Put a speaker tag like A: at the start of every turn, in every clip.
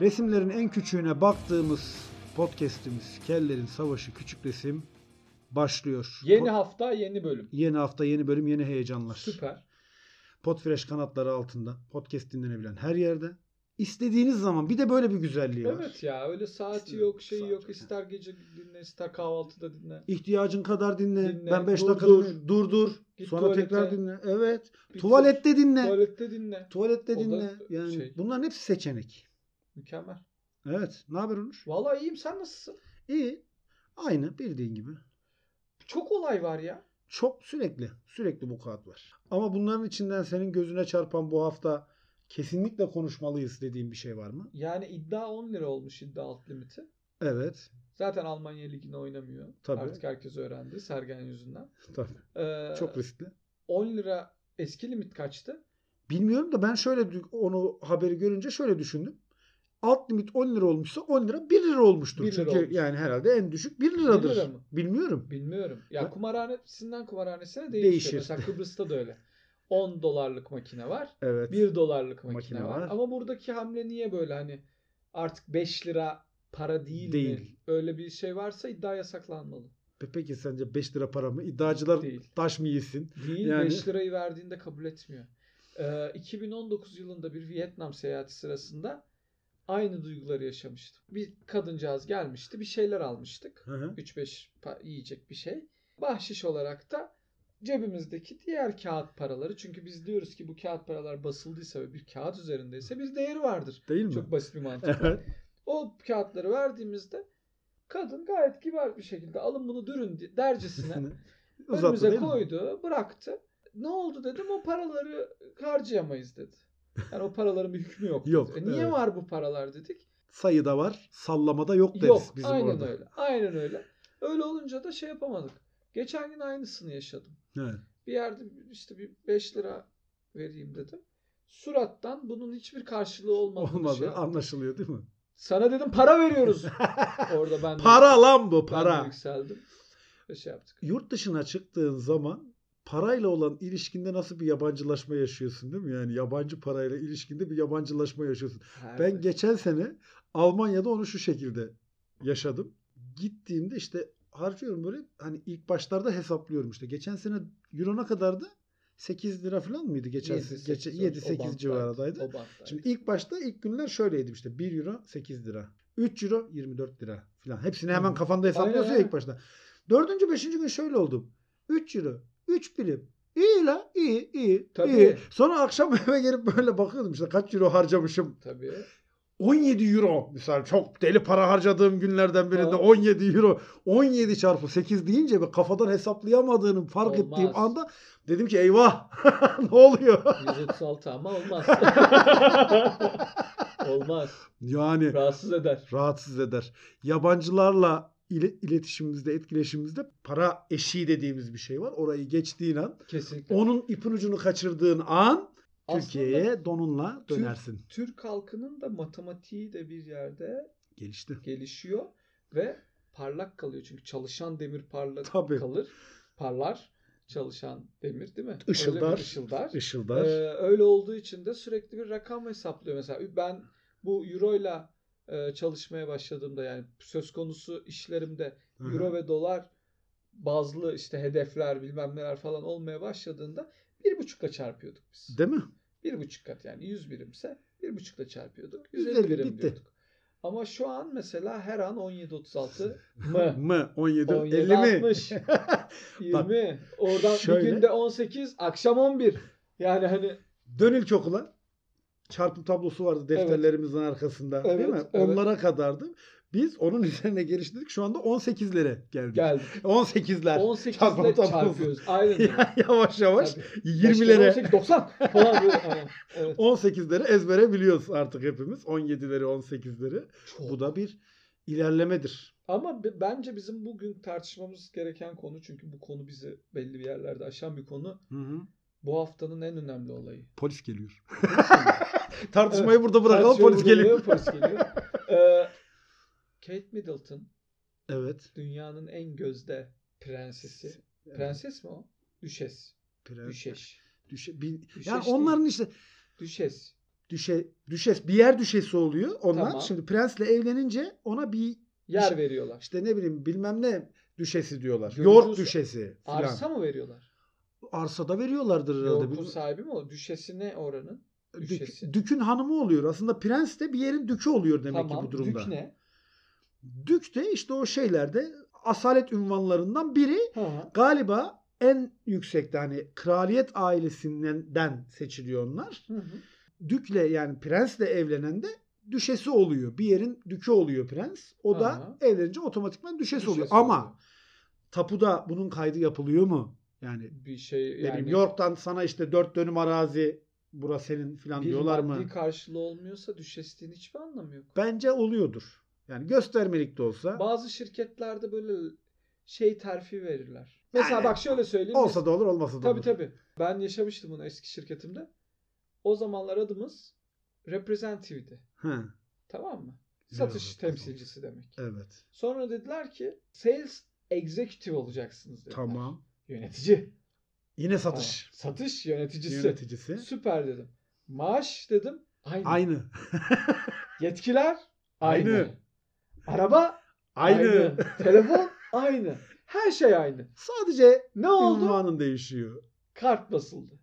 A: Resimlerin en küçüğüne baktığımız podcast'imiz Kellerin Savaşı Küçük Resim başlıyor.
B: Yeni
A: Po-
B: hafta yeni bölüm.
A: yeni hafta, yeni bölüm, yeni heyecanlar.
B: Süper.
A: Podfresh kanatları altında podcast dinlenebilen her yerde. İstediğiniz zaman bir de böyle bir güzelliği var.
B: Evet ya öyle saati
A: İşte
B: yok şeyi
A: saat
B: yok.
A: yok.
B: İster gece dinle ister kahvaltıda dinle.
A: İhtiyacın kadar dinle.
B: Dinle,
A: ben 5
B: dur,
A: dakika
B: dur.
A: dinle. Dur dur.
B: Git
A: Sonra
B: tuvalete.
A: tekrar dinle. Evet.
B: Bitir.
A: Tuvalette dinle.
B: Tuvalette dinle.
A: Tuvalette
B: O da
A: dinle. Yani
B: şey.
A: bunların hepsi seçenek.
B: Mükemmel.
A: Evet. Ne haber Onur?
B: Vallahi iyiyim sen nasılsın?
A: İyi. Aynı bildiğin gibi.
B: Çok olay var ya.
A: Çok sürekli, sürekli bu kağıt var. Ama bunların içinden senin gözüne çarpan bu hafta kesinlikle konuşmalıyız dediğin bir şey var mı?
B: Yani iddia 10 lira olmuş iddia alt limiti.
A: Evet.
B: Zaten Almanya Ligi'nde oynamıyor.
A: Tabii.
B: Artık herkes öğrendi Sergen yüzünden.
A: Tabii.
B: Ee,
A: Çok riskli.
B: 10 lira eski limit kaçtı?
A: Bilmiyorum da ben şöyle dü- onu haberi görünce şöyle düşündüm. Alt limit 10 lira olmuşsa 10 lira 1 lira olmuştur.
B: 1 lira
A: Çünkü
B: olmuş.
A: yani herhalde en düşük 1 liradır.
B: lira mı?
A: Bilmiyorum.
B: Bilmiyorum. Ya
A: Ha?
B: kumarhanesinden kumarhanesine değişiyor.
A: Değişir.
B: Mesela Kıbrıs'ta da öyle. 10 dolarlık makine var.
A: Evet.
B: 1 dolarlık makine,
A: Makine
B: var.
A: var.
B: Ama buradaki hamle niye böyle hani artık 5 lira para değil, mi?
A: Değil.
B: Öyle bir şey varsa iddia yasaklanmalı.
A: Pe- Peki sence 5 lira para mı? İddiacılar
B: Değil.
A: taş mı yesin?
B: Değil
A: Yani-
B: 5 lirayı verdiğinde kabul etmiyor. Ee, 2019 yılında bir Vietnam seyahati sırasında aynı duyguları yaşamıştım. Bir kadıncağız gelmişti, bir şeyler almıştık.
A: Hı hı.
B: 3-5 pa- yiyecek bir şey. Bahşiş olarak da cebimizdeki diğer kağıt paraları. Çünkü biz diyoruz ki bu kağıt paralar basıldıysa ve bir kağıt üzerindeyse bir değeri vardır.
A: Değil mi?
B: Çok basit bir mantık.
A: Evet.
B: o kağıtları verdiğimizde kadın gayet kibar bir şekilde alın bunu dürün di- dercesine
A: Uzattı
B: önümüze
A: değil mi?
B: koydu, bıraktı. Ne oldu dedim o paraları harcayamayız dedi. Yani o paraların bir hükmü yok. dedi.
A: Yok,
B: E niye
A: evet.
B: var bu paralar dedik?
A: Sayıda var, sallamada yok deriz
B: Yok
A: bizim
B: aynen
A: orada.
B: öyle. Aynen öyle. Öyle olunca da şey yapamadık. Geçen gün aynısını yaşadım.
A: Evet.
B: Bir yerde işte bir 5 lira vereyim dedim. Surattan bunun hiçbir karşılığı olmadı.
A: Olmadı. Anlaşılıyor değil mi?
B: Sana dedim para veriyoruz. Orada ben de-
A: para lan bu
B: ben de
A: para.
B: yükseldim. Ve şey yaptık.
A: Yurt dışına çıktığın zaman parayla olan ilişkinde nasıl bir yabancılaşma yaşıyorsun değil mi? Yani yabancı parayla ilişkinde bir yabancılaşma yaşıyorsun.
B: Her-
A: Ben geçen sene Almanya'da onu şu şekilde yaşadım. Gittiğimde işte harcıyorum böyle hani ilk başlarda hesaplıyorum işte. Geçen sene euro ne kadardı? 8 lira falan mıydı geçen
B: Yedi,
A: sene?
B: sekiz, o- o
A: 7-8
B: banttaydı.
A: civarındaydı.
B: O banttaydı.
A: Şimdi ilk başta ilk günler şöyleydi işte 1 euro 8 lira. 3 euro 24 lira filan. Hepsini hemen
B: Hı.
A: kafanda hesaplıyorsun
B: Aynen,
A: ya
B: aynen.
A: ilk başta. Dördüncü, beşinci gün şöyle oldum. 3 euro, 3 birim. İyi la, iyi, iyi,
B: Tabii.
A: iyi. Sonra akşam eve gelip böyle bakıyordum işte kaç euro harcamışım.
B: Tabii.
A: 17 euro. Mesela çok deli para harcadığım günlerden birinde
B: Ha.
A: 17 euro. 17 çarpı 8 deyince bir kafadan hesaplayamadığının fark
B: Olmaz.
A: ettiğim anda dedim ki eyvah ne oluyor?
B: 136 ama olmaz. olmaz.
A: Yani
B: Rahatsız eder.
A: rahatsız eder. Yabancılarla ile- iletişimimizde, etkileşimimizde para eşiği dediğimiz bir şey var. Orayı geçtiğin an,
B: Kesinlikle.
A: onun ipin ucunu kaçırdığın an
B: Aslında
A: Türkiye'ye donunla dönersin.
B: Türk halkının da matematiği de bir yerde
A: Gelişti.
B: gelişiyor ve parlak kalıyor. Çünkü çalışan demir parlak
A: Tabii.
B: kalır. Parlar. Çalışan demir değil mi? Öyle bir
A: Işıldar.
B: ışıldar.
A: Işıldar.
B: Ee, öyle olduğu için de sürekli bir rakam hesaplıyor. Mesela ben bu euroyla e, çalışmaya başladığımda yani söz konusu işlerimde
A: Hı hı.
B: euro ve dolar bazlı işte hedefler bilmem neler falan olmaya başladığında bir buçukla çarpıyorduk biz.
A: Değil mi?
B: bir buçuk kat yani 100 birimse bir buçukla çarpıyorduk.
A: 150
B: 150 birim
A: bitti.
B: diyorduk. Ama şu an mesela her an 17.36 mı?
A: Mı? 17,
B: 17,
A: 50 mi?
B: 60. 20. Oradan
A: şöyle-
B: bir günde 18, akşam 11. Yani hani
A: Dön ilk okula. Çarpım tablosu vardı defterlerimizin arkasında. değil
B: Evet,
A: mi?
B: evet.
A: Onlara kadardı. Biz onun üzerine geliştirdik. Şu anda 18'lere geldik.
B: geldik.
A: 18'ler.
B: 18
A: Çarpım
B: ile
A: tablosu.
B: çarpıyoruz. Aynen öyle.
A: Ya yavaş yavaş
B: Tabii.
A: 20'lere
B: 18, 90 falan böyle. Aynen. Evet.
A: 18'leri ezbere biliyoruz artık hepimiz. 17'leri 18'leri. Bu da bir ilerlemedir.
B: Ama b- bence bizim bugün tartışmamız gereken konu çünkü bu konu bizi belli bir yerlerde aşan bir konu. Bu haftanın en önemli olayı.
A: Polis geliyor. Tartışmayı burada bırakalım
B: Tartışıyor,
A: polis
B: burada
A: geliyor.
B: oluyor, Polis geliyor. Ee, Kate Middleton
A: Evet.
B: dünyanın en gözde prensesi. Prenses mi o? Düşes.
A: Prens-
B: Düşeş.
A: Düşe- bin-
B: Düşeş
A: yani
B: değil.
A: onların işte
B: Düşes.
A: düşe düşes bir yer düşesi oluyor onlar.
B: Tamam.
A: Şimdi prensle evlenince ona bir
B: Yer veriyorlar.
A: işte ne bileyim bilmem ne düşesi diyorlar.
B: Görücü
A: York
B: usulü.
A: düşesi filan.
B: Arsa mı veriyorlar?
A: Arsada veriyorlardır herhalde.
B: Yorkun
A: Bilmem-
B: sahibi mi o? Düşesi ne oranın?
A: Dük-
B: düşesi.
A: dükün hanımı oluyor. Aslında prens de bir yerin dükü oluyor demek
B: tamam.
A: ki bu durumda.
B: Dük ne?
A: Dük de işte o şeylerde asalet ünvanlarından biri.
B: Ha.
A: Galiba en yüksekte hani kraliyet ailesinden seçiliyor onlar.
B: Hı hı.
A: Dükle yani prensle evlenen de düşesi oluyor. Bir yerin dükü oluyor prens. O
B: Aha.
A: da evlenince otomatikman düşesi,
B: Düşesi
A: oluyor.
B: oluyor.
A: Ama tapuda bunun kaydı yapılıyor mu? Yani
B: Bir şey
A: ne bileyim
B: yani
A: York'tan sana işte dört dönüm arazi burası senin falan
B: bir
A: diyorlar mı?
B: maddi karşılığı olmuyorsa düşesliğin hiçbir anlamı yok.
A: Bence oluyordur. Yani göstermelik de olsa
B: Bazı şirketlerde böyle şey terfi verirler. Mesela
A: Aynen.
B: bak şöyle söyleyeyim.
A: olsa da olur olmasa da
B: Tabii
A: olur.
B: tabii. Ben yaşamıştım bunu eski şirketimde. O zamanlar adımız representative'di.
A: He,
B: Tamam mı?
A: Güzel
B: Satış
A: oldu.
B: temsilcisi demek.
A: evet.
B: Sonra dediler ki sales executive olacaksınız dediler.
A: Tamam.
B: Yönetici.
A: Yine satış
B: Tamam. Ee, Satış yöneticisi.
A: yöneticisi.
B: Süper dedim. Maaş dedim. Aynı.
A: Aynı.
B: Yetkiler aynı.
A: Aynı.
B: Araba
A: Aynı.
B: Telefon aynı. Her şey aynı.
A: Sadece
B: Ne oldu?
A: ünvanın değişiyor.
B: Kart basıldı.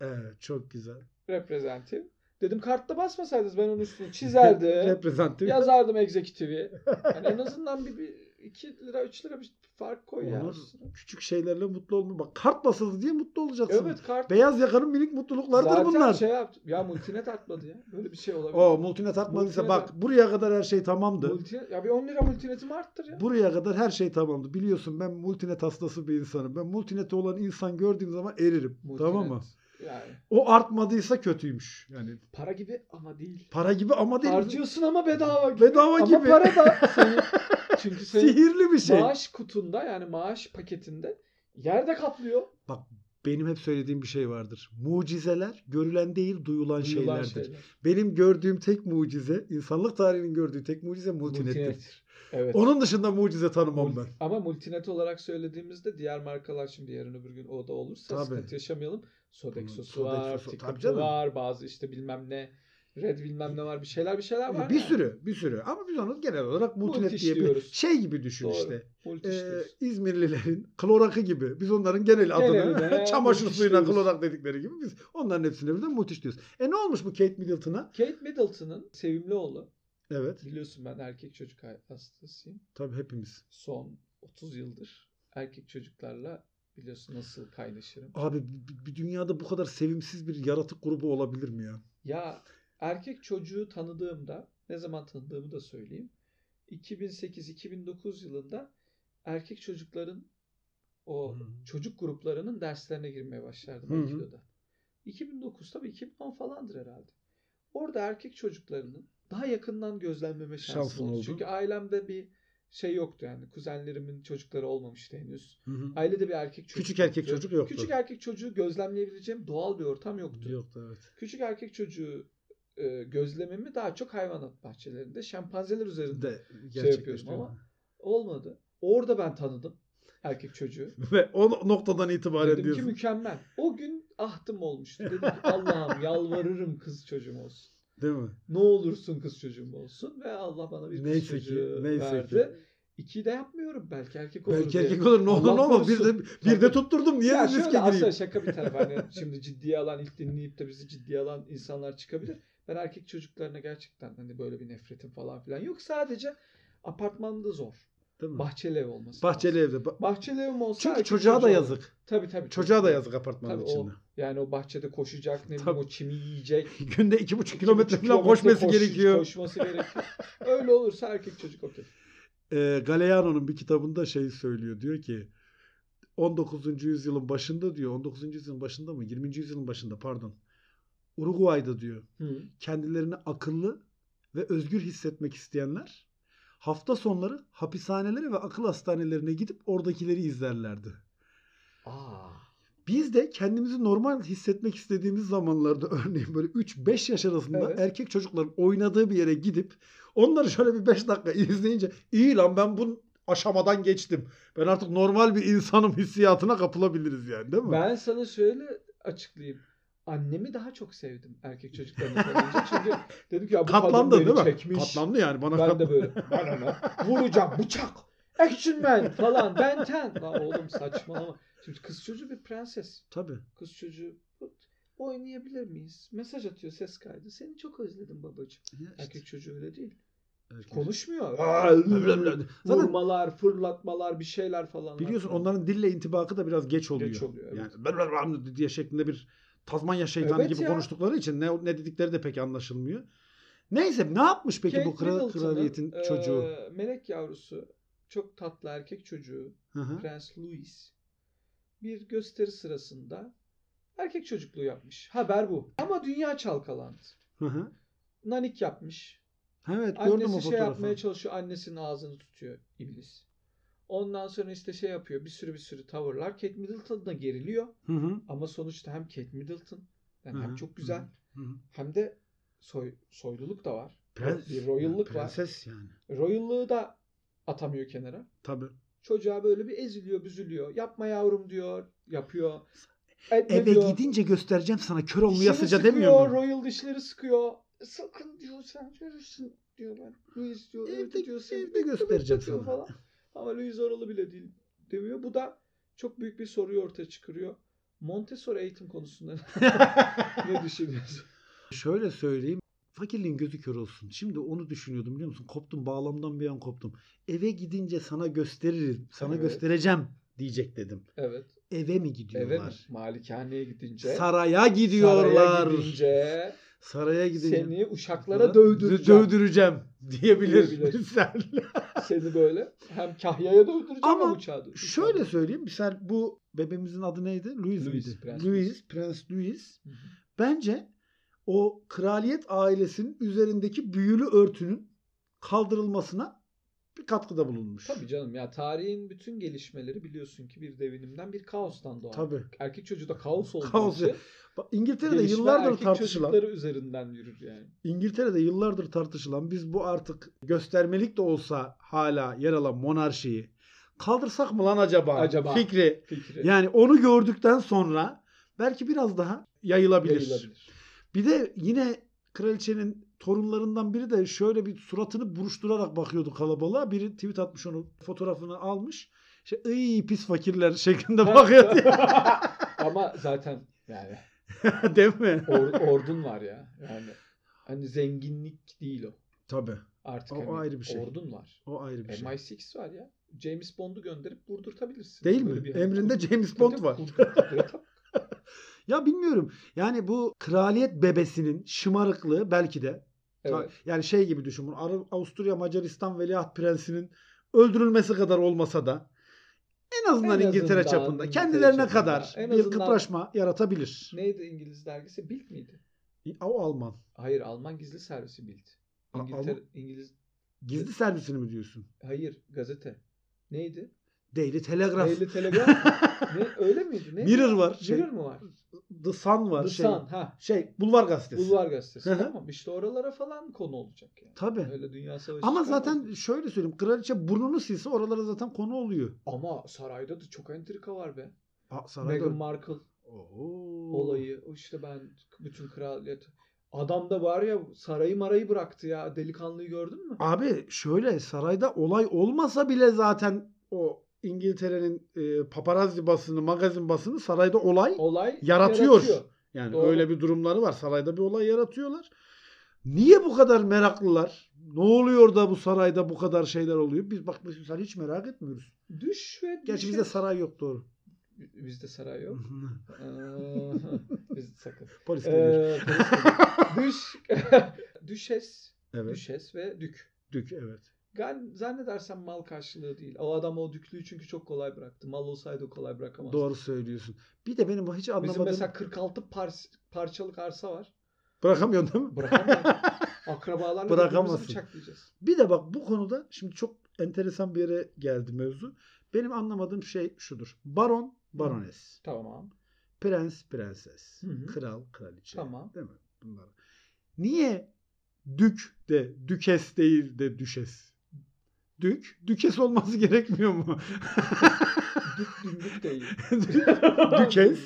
A: Evet, çok güzel.
B: Representative. Dedim kartta basmasaydınız ben onun üstünü çizerdim.
A: Reprezentatif.
B: yazardım executive'i. Yani en azından bir, bir 2 lira 3 lira bir fark koy yani.
A: Olur. Küçük şeylerle mutlu olma. Bak kart basıldı diye mutlu olacaksın.
B: Evet kart.
A: Beyaz yakanın minik mutluluklardır
B: Zaten
A: bunlar.
B: şey yaptı. Ya multinet artmadı ya. Böyle bir şey olabilir.
A: O multinet atmadıysa
B: Multinet-
A: bak buraya kadar her şey tamamdı.
B: Multinet, ya bir 10 lira multinetimi arttır ya.
A: Buraya kadar her şey tamamdı. Biliyorsun ben multinet hastası bir insanım. Ben multinete olan insan gördüğüm zaman eririm.
B: Multinet.
A: Tamam mı?
B: Yani
A: O artmadıysa kötüymüş. Yani
B: para gibi ama değil.
A: para gibi ama değil.
B: Harcıyorsun ama bedava gibi.
A: Bedava
B: ama
A: gibi.
B: para da senin, çünkü senin
A: Sihirli bir şey.
B: maaş kutunda yani maaş paketinde yerde kaplıyor.
A: Benim hep söylediğim bir şey vardır. Mucizeler görülen değil duyulan,
B: Duyulan şey.
A: şeylerdir.
B: şeyler.
A: Benim gördüğüm tek mucize, insanlık tarihinin gördüğü tek mucize multinettir.
B: Multinet. Evet.
A: Onun dışında mucize tanımam ben.
B: Mult- Ama multinet olarak söylediğimizde diğer markalar şimdi yarın öbür gün o da olursa
A: Tabii.
B: sıkıntı yaşamayalım. Sodexo'su
A: Bunun
B: var,
A: Sodexo'su- tabii
B: TikTok'u
A: canım.
B: var, bazı işte bilmem ne, Red bilmem ne var bir şeyler bir şeyler var.
A: bir
B: yani.
A: sürü, bir sürü. Ama biz onu genel olarak multinet
B: Multiş
A: diye bir
B: diyoruz.
A: şey gibi düşün
B: Doğru.
A: işte.
B: Multi
A: Ee,
B: işte.
A: İzmirlilerin klorakı gibi. Biz onların genel adını
B: Geneline
A: çamaşır
B: multiş
A: suyuna
B: diyoruz.
A: klorak dedikleri gibi biz onların hepsine birden mutiş diyoruz. E ne olmuş bu Kate Middleton'a?
B: Kate Middleton'ın sevimli oğlu.
A: Evet.
B: Biliyorsun ben erkek çocuk hastasıyım.
A: Tabii hepimiz.
B: Son 30 yıldır erkek çocuklarla biliyorsun nasıl kaynaşırım.
A: Abi bir bir dünyada bu kadar sevimsiz bir yaratık grubu olabilir mi ya?
B: Ya erkek çocuğu tanıdığımda ne zaman tanıdığımı da söyleyeyim. 2008-2009 yılında erkek çocukların o
A: Hı.
B: çocuk gruplarının derslerine girmeye başlardım
A: Hı hı.
B: Aikido'da. 2009 tabii 2010 falandır herhalde. Orada erkek çocuklarının daha yakından gözlemleme şansım
A: Şansın
B: oldu.
A: oldu.
B: Çünkü ailemde bir şey yoktu yani. Kuzenlerimin çocukları olmamıştı henüz.
A: Hı hı.
B: Ailede bir erkek çocuk
A: Küçük erkek
B: yoktu.
A: çocuk yoktu.
B: Küçük erkek çocuğu gözlemleyebileceğim doğal bir ortam yoktu.
A: Yoktu evet.
B: Küçük erkek çocuğu e, gözlemimi daha çok hayvanat bahçelerinde, şempanzeler üzerinde
A: De
B: yapıyorum
A: gerçekleşti.
B: şey ama- olmadı. Orada ben tanıdım erkek çocuğu.
A: Ve o noktadan itibaren
B: Dedim ki
A: diyorsun.
B: mükemmel. O gün ahtım olmuştu. Dedim ki Allah'ım yalvarırım kız çocuğum olsun.
A: Değil mi?
B: Ne olursun kız çocuğum olsun. Ve Allah bana bir kız
A: Neyse ki,
B: çocuğu
A: neyse ki.
B: verdi. İkiyi de yapmıyorum. Belki erkek olur
A: Belki
B: diye.
A: erkek olur ne olur
B: Allah
A: ne olmaz. Bir de,
B: korusun.
A: bir de tutturdum. Niye
B: ya
A: riske
B: şöyle aslında
A: gireyim?
B: şaka bir taraf. Hani şimdi ciddiye alan ilk dinleyip de bizi ciddiye alan insanlar çıkabilir. Ben erkek çocuklarına gerçekten hani böyle bir nefretim falan filan yok. Sadece apartmanda zor.
A: Değil mi?
B: Bahçeli ev olması.
A: Bahçeli
B: lazım.
A: evde. Ba-
B: Bahçeli evim olsa
A: Çünkü
B: erkek
A: çocuğa
B: çocuğu
A: da
B: olur.
A: yazık.
B: Tabii tabii.
A: Çocuğa da yazık apartmanın
B: Tabii
A: içinde.
B: Yani o bahçede koşacak ne
A: Tabii.
B: bileyim o çimi yiyecek.
A: Günde iki buçuk
B: iki
A: kilometre
B: buçuk
A: falan koşması
B: koş-
A: gerekiyor.
B: Koşması gerekiyor. Öyle olursa erkek çocuk okey.
A: Ee, Galeano'nun bir kitabında şey söylüyor. Diyor ki 19. yüzyılın başında diyor. 19. yüzyılın başında mı? 20. yüzyılın başında pardon. Uruguay'da diyor.
B: Hı.
A: kendilerini akıllı ve özgür hissetmek isteyenler hafta sonları hapishanelere ve akıl hastanelerine gidip oradakileri izlerlerdi.
B: Aa.
A: Biz de kendimizi normal hissetmek istediğimiz zamanlarda örneğin böyle 3-5 yaş arasında
B: Evet.
A: erkek çocukların oynadığı bir yere gidip onları şöyle bir 5 dakika izleyince iyi lan ben bu aşamadan geçtim. Ben artık normal bir insanım hissiyatına kapılabiliriz yani değil mi?
B: Ben sana şöyle açıklayayım. annemi daha çok sevdim erkek çocuklarına kalınca. Çünkü dedim ki ya bu kadın
A: Katlandı
B: beni
A: değil mi?
B: çekmiş.
A: Katlandı yani bana
B: Ben
A: katlandı.
B: de böyle ben ona vuracağım bıçak. Action man falan Ben Ten. Lan oğlum saçmalama. Şimdi kız çocuğu bir prenses.
A: Tabii.
B: Kız çocuğu oynayabilir miyiz? Mesaj atıyor ses kaydı. Seni çok özledim babacığım.
A: Ya işte,
B: Erkek çocuğu öyle değil.
A: erkek.
B: Konuşmuyor.
A: Zaten
B: Vurmalar, fırlatmalar, bir şeyler falan.
A: biliyorsun onların dille intibakı da biraz geç oluyor.
B: Geç oluyor, evet.
A: Yani "Ben- ben- ben" diye şeklinde bir Tazmanya şeytanı
B: Evet
A: gibi
B: ya.
A: konuştukları için ne ne dedikleri de pek anlaşılmıyor. Neyse ne yapmış peki bu kral, kraliyetin çocuğu?
B: melek yavrusu. Çok tatlı erkek çocuğu.
A: Hı hı.
B: Prens Louis. Bir gösteri sırasında erkek çocukluğu yapmış. Haber bu. Ama dünya çalkalandı.
A: Hı hı.
B: Nanik yapmış.
A: Evet gördüm o
B: Annesi şey
A: fotoğrafı.
B: yapmaya çalışıyor. Annesinin ağzını tutuyor iblis. Ondan sonra işte şey yapıyor. Bir sürü bir sürü tavırlar. Kate Middleton da geriliyor.
A: Hı hı.
B: Ama sonuçta hem Kate Middleton yani
A: Hı
B: hem
A: hı,
B: çok güzel
A: Hı hı.
B: hem de soy, soyluluk da var.
A: Prens,
B: bir royallık
A: yani Prenses yani.
B: var. Royallığı da atamıyor kenara.
A: Tabii.
B: Çocuğa böyle bir eziliyor, büzülüyor. Yapma yavrum diyor, yapıyor. Etme
A: Eve
B: diyor.
A: gidince göstereceğim sana kör olmaya
B: Dişleri
A: sıca
B: sıkıyor,
A: demiyor mu?
B: Royal dişleri sıkıyor. E, Sakın diyor sen görürsün diyor ben. Louis diyor evde,
A: Evde-
B: diyor seni
A: evde
B: bekle,
A: göstereceğim
B: bekle diyor
A: sana.
B: Ama Louis oralı bile değil demiyor. Bu da çok büyük bir soruyu ortaya çıkarıyor. Montessori eğitim konusunda ne düşünüyorsun?
A: Şöyle söyleyeyim. Fakirliğin gözü kör olsun. Şimdi onu düşünüyordum biliyor musun? Koptum bağlamdan bir an koptum. Eve gidince sana gösteririm. Sana
B: Evet.
A: göstereceğim diyecek dedim.
B: Evet.
A: Eve mi
B: Eve mi?
A: gidiyorlar?
B: Malikaneye gidince.
A: Saraya gidiyorlar.
B: Saraya gidince.
A: Saraya gidince.
B: Seni uşaklara
A: dövdüreceğim.
B: dövdüreceğim.
A: diyebilir
B: Diyebilir.
A: misal.
B: Seni böyle hem kahyaya dövdüreceğim
A: Ama
B: hem uçağa dövdüreceğim.
A: Şöyle söyleyeyim. Misal bu bebeğimizin adı neydi? Louis,
B: Louis,
A: miydi?
B: Prens
A: Louis,
B: Louis.
A: Prens Louis.
B: Hı hı.
A: Bence o kraliyet ailesinin üzerindeki büyülü örtünün kaldırılmasına bir katkıda bulunmuş.
B: Tabii canım ya tarihin bütün gelişmeleri biliyorsun ki bir devinimden bir kaostan doğar.
A: Tabii.
B: Erkek çocuğu da kaos olduğu
A: Kaos
B: için
A: Bak, İngiltere'de
B: gelişme
A: yıllardır
B: erkek
A: tartışılan
B: çocukları üzerinden yürür yani.
A: İngiltere'de yıllardır tartışılan biz bu artık göstermelik de olsa hala yer alan monarşiyi kaldırsak mı lan acaba?
B: Acaba.
A: Fikri.
B: Fikri
A: Yani onu gördükten sonra belki biraz daha yayılabilir.
B: yayılabilir.
A: Bir de yine kraliçenin torunlarından biri de şöyle bir suratını buruşturarak bakıyordu kalabalığa. Biri tweet atmış onu fotoğrafını almış. İşte iyi pis fakirler şeklinde bakıyor diye.
B: Ama zaten yani
A: Değil mi?
B: or- ordun var ya. Yani hani zenginlik değil o.
A: Tabii.
B: Artık
A: O- o
B: hani
A: ayrı bir şey.
B: ordun var.
A: O ayrı bir şey.
B: MI6 var ya. James Bond'u gönderip vurdurtabilirsin.
A: Değil
B: Böyle
A: mi?
B: bir-
A: Emrinde James
B: Tabii,
A: Bond var.
B: vurdur- vurdur-
A: Ya bilmiyorum. Yani bu kraliyet bebesinin şımarıklığı belki de
B: Evet.
A: yani şey gibi düşün. bunu. Ar- Avusturya Macaristan Veliaht Prensi'nin öldürülmesi kadar olmasa da en azından
B: En
A: İngiltere
B: azından
A: çapında
B: İngiltere
A: kendilerine
B: çapında.
A: kadar
B: En
A: bir
B: azından-
A: kıpraşma yaratabilir.
B: Neydi İngiliz dergisi? Bild miydi?
A: O Alman.
B: Hayır Alman gizli servisi Bild.
A: A-
B: İngiltere,
A: Alman-
B: İngiliz,
A: Gizli servisini mi diyorsun?
B: hayır gazete. Neydi?
A: Daily Telegraph.
B: Daily Telegraph. ne, öyle miydi? Ne?
A: Mirror var,
B: Mirror
A: şey,
B: mu var?
A: The Sun var.
B: The
A: şey,
B: Sun. Ha.
A: şey Bulvar gazetesi.
B: Bulvar gazetesi.
A: Hı hı.
B: tamam. İşte oralara falan konu olacak yani.
A: Tabii.
B: Öyle dünya savaşı.
A: Ama
B: çıkarmaz.
A: zaten şöyle söyleyeyim. Kraliçe burnunu silse oralara zaten konu oluyor.
B: ama sarayda da çok entrika var be.
A: Aa, sarayda...
B: Meghan Markle
A: Oo.
B: olayı. O İşte ben bütün kraliyet. Adam da var ya sarayı marayı bıraktı ya. Delikanlıyı gördün mü?
A: Abi şöyle sarayda olay olmasa bile zaten o İngiltere'nin e, paparazzi basını, magazin basını sarayda olay
B: Olay
A: yaratıyor. yani
B: doğru.
A: öyle bir durumları var. Sarayda bir olay yaratıyorlar. Niye bu kadar meraklılar? Ne oluyor da bu sarayda bu kadar şeyler oluyor? Biz bak mesela hiç merak etmiyoruz.
B: Düş ve
A: Gerçi
B: düşe-
A: bizde saray yok doğru.
B: Bizde saray şey- yok. Aa, Biz sakın.
A: Polis geliyor.
B: Ee, polis geliyor. Düş, düşes,
A: Evet.
B: düşes ve dük.
A: Dük evet.
B: Gal- zannedersem mal karşılığı değil. O adam o düklüğü çünkü çok kolay bıraktı. Mal olsaydı o kolay bırakamazdı.
A: Doğru söylüyorsun. Bir de benim hiç
B: Bizim
A: anlamadığım
B: mesela 46 par- parçalık arsa var.
A: bırakamıyorsun değil mi?
B: Bırakamam. Akrabalarla
A: Bırakamazsın.
B: birbirimizi bıçaklayacağız.
A: Bir de bak bu konuda şimdi çok enteresan bir yere geldi mevzu. Benim anlamadığım şey şudur. Baron, barones.
B: Tamam.
A: Prens, prenses.
B: Hı hı.
A: Kral, kraliçe.
B: Tamam.
A: Değil mi? Bunlar. Niye dük de dükes değil de düşes? Dük, dükes olması gerekmiyor mu?
B: Dük dümdük değil.
A: Dükes.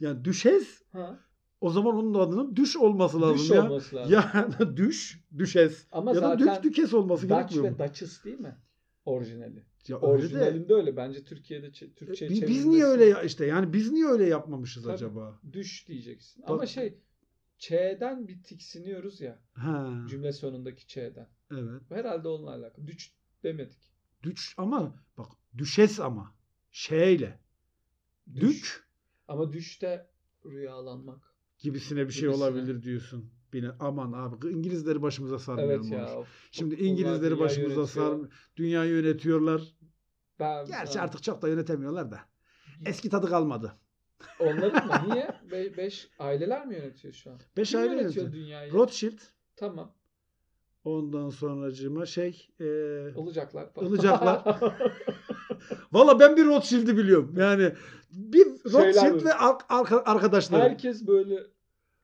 A: Yani düşes
B: Ha.
A: O zaman onun adının düş olması lazım
B: Düş
A: ya.
B: olması lazım.
A: Ya düş, düşes.
B: Ama
A: ya da
B: zaten
A: dük dükes olması
B: Dutch
A: gerekmiyor mu?
B: ve Duchess değil mi? Orijinali.
A: Ya öyle de
B: Orijinalinde öyle. Bence Türkiye'de ç-
A: e, bi-
B: Türkçe'ye
A: biz,
B: çevrilmesi-
A: niye öyle ya işte yani biz niye öyle yapmamışız
B: Tabii.
A: acaba?
B: Düş diyeceksin.
A: Bak-
B: Ama şey Ç'den bir tiksiniyoruz ya.
A: Ha,
B: Cümle sonundaki Ç'den.
A: evet.
B: Herhalde onunla alakalı. Düş demedik.
A: Düş ama bak düşes ama şeyle
B: Düş.
A: dük
B: Ama düşte rüyalanmak.
A: gibisine bir şey
B: Gibisine.
A: olabilir diyorsun. Bine, aman abi İngilizleri başımıza sarmayalım.
B: Evet
A: Onur.
B: ya. of.
A: Şimdi
B: Onlar
A: İngilizleri
B: dünyayı
A: başımıza
B: yönetiyor.
A: sar dünyayı yönetiyorlar.
B: Ben,
A: Gerçi
B: ben-
A: artık çok da yönetemiyorlar da. Eski tadı kalmadı.
B: Onların mı? Niye? Be- beş aileler mi yönetiyor şu an?
A: Beş
B: Kim
A: aile
B: yönetiyor
A: yönetiyor.
B: dünyayı?
A: Rothschild
B: Tamam.
A: ondan sonracığıma şey e,
B: Olacaklar.
A: Olacaklar. valla ben bir Rothschild'i biliyorum. Yani bir Rothschild
B: böyle.
A: ve ar- arka- arkadaşları.
B: Herkes böyle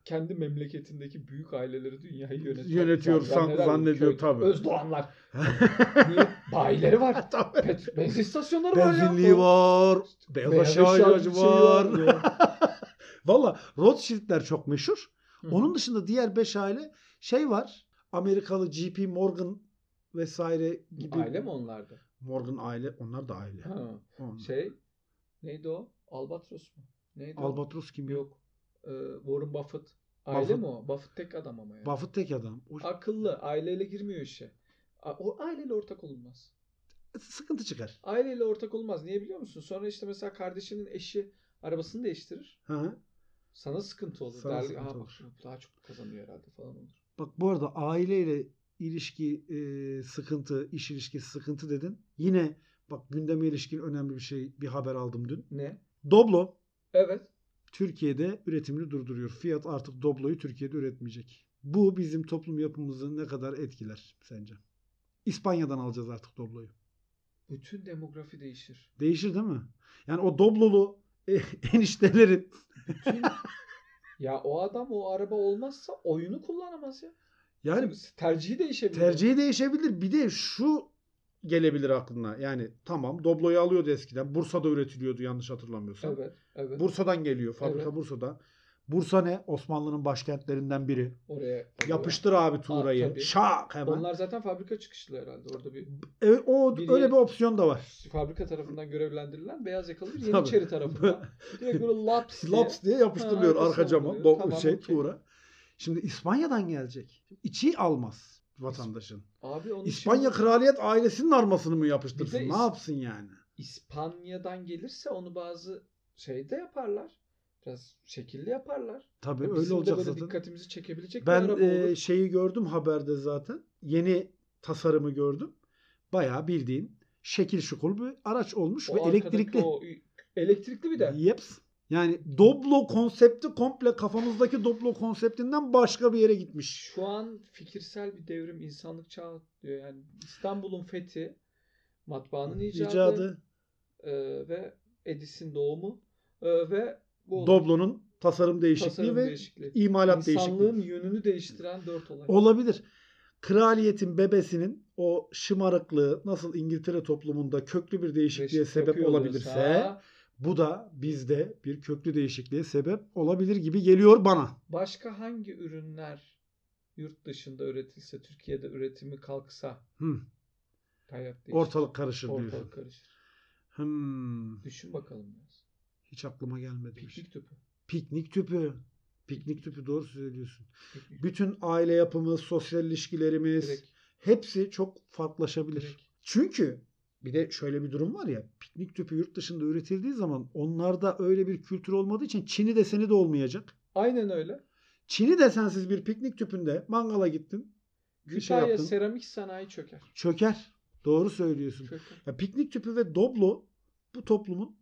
B: kendi memleketindeki büyük aileleri dünyayı yönetiyor.
A: Yönetiyor san- zannediyor tabii.
B: Özdoğanlar. Niye? Bayileri var.
A: Tabii.
B: Pet, benzin istasyonları var ya.
A: Benzinliği var. Beyaz,
B: Beyaz
A: eşya
B: eşya
A: ilacı
B: bir şey
A: var.
B: var ya.
A: Valla Rothschild'ler çok meşhur.
B: Hı.
A: Onun dışında diğer beş aile şey var. Amerikalı JP Morgan vesaire gibi.
B: Aile mi onlarda?
A: Morgan aile. Onlar da aile.
B: Ha.
A: Onlar.
B: Şey neydi o? Albatros mu? Neydi o?
A: Albatros kim yok?
B: Yok. Ee, Warren Buffett. Aile
A: Buffett.
B: mi o? Buffett tek adam ama yani.
A: Buffett tek adam. O
B: Akıllı. Aileyle girmiyor işe. A- O aileyle ortak olunmaz.
A: sıkıntı çıkar.
B: Aileyle ortak olmaz. Niye biliyor musun? Sonra işte mesela kardeşinin eşi arabasını değiştirir.
A: Hı hı.
B: Sana sıkıntı olur.
A: Sana
B: Der,
A: sıkıntı
B: "Aa, bak,
A: olur."
B: bu daha çok kazanıyor herhalde falan olur.
A: Bak bu arada aileyle ilişki e, sıkıntı, iş ilişkisi sıkıntı dedin. Yine bak gündeme ilişkin önemli bir şey bir haber aldım dün.
B: Ne?
A: Doblo
B: Evet.
A: Türkiye'de üretimini durduruyor. Fiyat artık Doblo'yu Türkiye'de üretmeyecek. Bu bizim toplum yapımızı ne kadar etkiler sence? İspanya'dan alacağız artık Doblo'yu.
B: Bütün demografi değişir.
A: Değişir değil mi? Yani o Doblolu e, eniştelerin
B: Bütün... ya o adam o araba olmazsa oyunu kullanamaz ya.
A: yani
B: tercihi değişebilir.
A: Tercihi değişebilir. Bir de şu gelebilir aklına. Yani tamam Doblo'yu alıyordu eskiden. Bursa'da üretiliyordu yanlış hatırlamıyorsam.
B: Evet. Evet.
A: Bursa'dan geliyor. Fabrika
B: Evet.
A: Bursa'da. Bursa ne? Osmanlı'nın başkentlerinden biri.
B: Oraya.
A: Yapıştır abi
B: Aa,
A: Tuğra'yı.
B: tabii.
A: Şak hemen.
B: Onlar zaten fabrika çıkışlı herhalde. Orada bir
A: Evet, o
B: Biri-
A: öyle bir opsiyon da var.
B: fabrika tarafından görevlendirilen beyaz yakalı bir
A: Tabii.
B: Yeniçeri tarafından. Direkt böyle laps diye.
A: Laps diye yapıştırılıyor
B: Ha,
A: arka
B: arkasına
A: cama.
B: vuruyor.
A: Do-
B: Tamam,
A: şey
B: okey.
A: Tuğra. Şimdi İspanya'dan gelecek. İçi almaz vatandaşın.
B: Abi onun
A: İspanya
B: için-
A: kraliyet ailesinin armasını mı yapıştırsın?
B: Bir de
A: Ne
B: İs-
A: yapsın yani?
B: İspanya'dan gelirse onu bazı şeyde yaparlar. Biraz şekilli yaparlar.
A: Tabii
B: Bizim
A: öyle
B: de
A: olacak
B: böyle
A: zaten.
B: dikkatimizi çekebilecek bir
A: Ben
B: araba
A: e,
B: olur.
A: şeyi gördüm haberde zaten. Yeni tasarımı gördüm. Bayağı bildiğin şekil şukul bir araç olmuş
B: O
A: ve
B: arkadaki
A: elektrikli.
B: o- elektrikli bir de.
A: Yeps. Yani Doblo konsepti komple kafamızdaki Doblo konseptinden başka bir yere gitmiş.
B: Şu an fikirsel bir devrim insanlık çağı diyor. Yani İstanbul'un fethi, matbaanın icadı,
A: İcadı
B: e, ve Edis'in doğumu e, ve bu
A: Doblo'nun tasarım değişikliği
B: tasarım
A: ve
B: değişikliği.
A: imalat
B: İnsanlığın
A: değişikliği.
B: yönünü değiştiren dört olay.
A: Olabilir. Kraliyetin bebesinin o şımarıklığı nasıl İngiltere toplumunda köklü bir değişikliğe
B: Değişiklik
A: sebep
B: yapıyor
A: olabilirse
B: olursa,
A: Bu da bizde bir köklü değişikliğe sebep olabilir gibi geliyor bana.
B: başka hangi ürünler yurt dışında üretilse Türkiye'de üretimi kalksa
A: Hı.
B: hayat değişir.
A: Ortalık karışır diyorsun.
B: Ortalık karışır.
A: Hmm,
B: Düşün bakalım biraz.
A: hiç aklıma gelmedi. bir şey.
B: Piknik tüpü.
A: Piknik tüpü. Piknik tüpü doğru söylüyorsun.
B: Piknik
A: Bütün aile yapımız, sosyal ilişkilerimiz
B: direkt,
A: hepsi çok farklılaşabilir.
B: direkt.
A: Çünkü bir de şöyle bir durum var ya piknik tüpü yurt dışında üretildiği zaman onlarda öyle bir kültür olmadığı için Çin'i deseni de olmayacak.
B: Aynen öyle.
A: Çin'i desensiz bir piknik tüpünde mangala gittin. Bir şey
B: Kütahya
A: yaptın.
B: seramik sanayi çöker.
A: Çöker. Doğru söylüyorsun.
B: Çöker.
A: Ya piknik tüpü ve doblo bu toplumun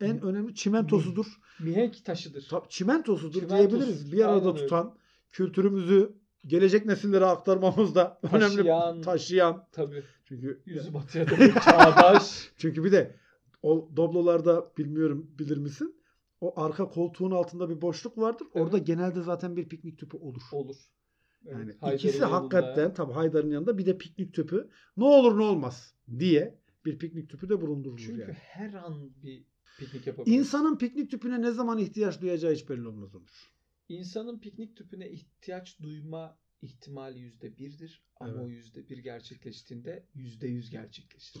A: en
B: Hı.
A: önemli çimentosudur.
B: Mihenk taşıdır.
A: Ta- çimentosudur
B: Çimentosu,
A: diyebiliriz. Bir arada
B: aynen öyle.
A: tutan kültürümüzü gelecek nesillere aktarmamızda
B: Taşıyan.
A: önemli taşıyan.
B: Tabii.
A: Çünkü
B: Yüzü batıya dönük çağdaş.
A: çünkü bir de o doblolarda bilmiyorum bilir misin? O arka koltuğun altında bir boşluk vardır.
B: Evet.
A: Orada genelde zaten bir piknik tüpü olur.
B: Olur. Evet,
A: Yani
B: Haydar'ın
A: ikisi
B: yanında.
A: hakikaten tabii Haydar'ın yanında bir de piknik tüpü ne olur ne olmaz diye bir piknik tüpü de bulundurulur
B: Çünkü
A: yani.
B: her an bir piknik yapabilir.
A: İnsanın piknik tüpüne ne zaman ihtiyaç duyacağı hiç belli olmaz olur.
B: İnsanın piknik tüpüne ihtiyaç duyma ihtimali yüzde birdir. Ama
A: Evet.
B: o yüzde bir gerçekleştiğinde yüzde yüz gerçekleşir.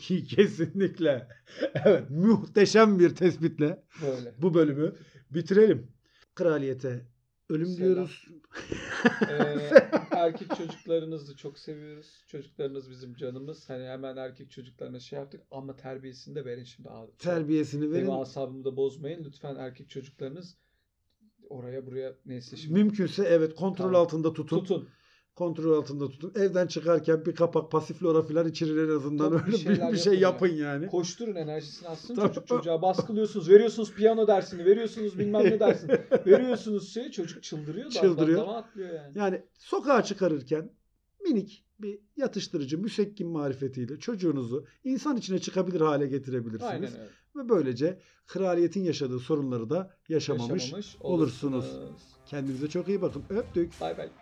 A: Ki Kesinlikle. Evet muhteşem bir tespitle
B: Böyle.
A: bu bölümü bitirelim. Kraliyete ölüm
B: Selam.
A: diyoruz.
B: Ee, erkek çocuklarınızı çok seviyoruz. Çocuklarınız bizim canımız. Hani hemen erkek çocuklarına şey yaptık ama terbiyesini de verin şimdi. abi.
A: Terbiyesini
B: Benim
A: verin.
B: asabımı da bozmayın. Lütfen erkek çocuklarınız oraya buraya neyse şimdi
A: Mümkünse evet kontrol
B: Tamam.
A: altında tutun.
B: tutun.
A: Kontrol altında tutun. Evden çıkarken bir kapak pasiflora filan içirir en azından
B: Tabii bir
A: öyle bir,
B: şeyler
A: bir şey
B: yapın
A: yapın
B: ya.
A: yani.
B: Koşturun enerjisini atsın
A: Tamam.
B: çocuk çocuğa baskılıyorsunuz. Veriyorsunuz piyano dersini, veriyorsunuz bilmem ne dersini. veriyorsunuz şey çocuk çıldırıyor da
A: Çıldırıyor.
B: dama atlıyor yani.
A: Yani sokağa çıkarırken minik bir yatıştırıcı müsekkim marifetiyle çocuğunuzu insan içine çıkabilir hale getirebilirsiniz.
B: Aynen öyle.
A: Ve böylece kraliyetin yaşadığı sorunları da yaşamamış.
B: Yaşamamış
A: olursunuz.
B: olursunuz.
A: Kendinize çok iyi bakın. Öptük.
B: Bay bay.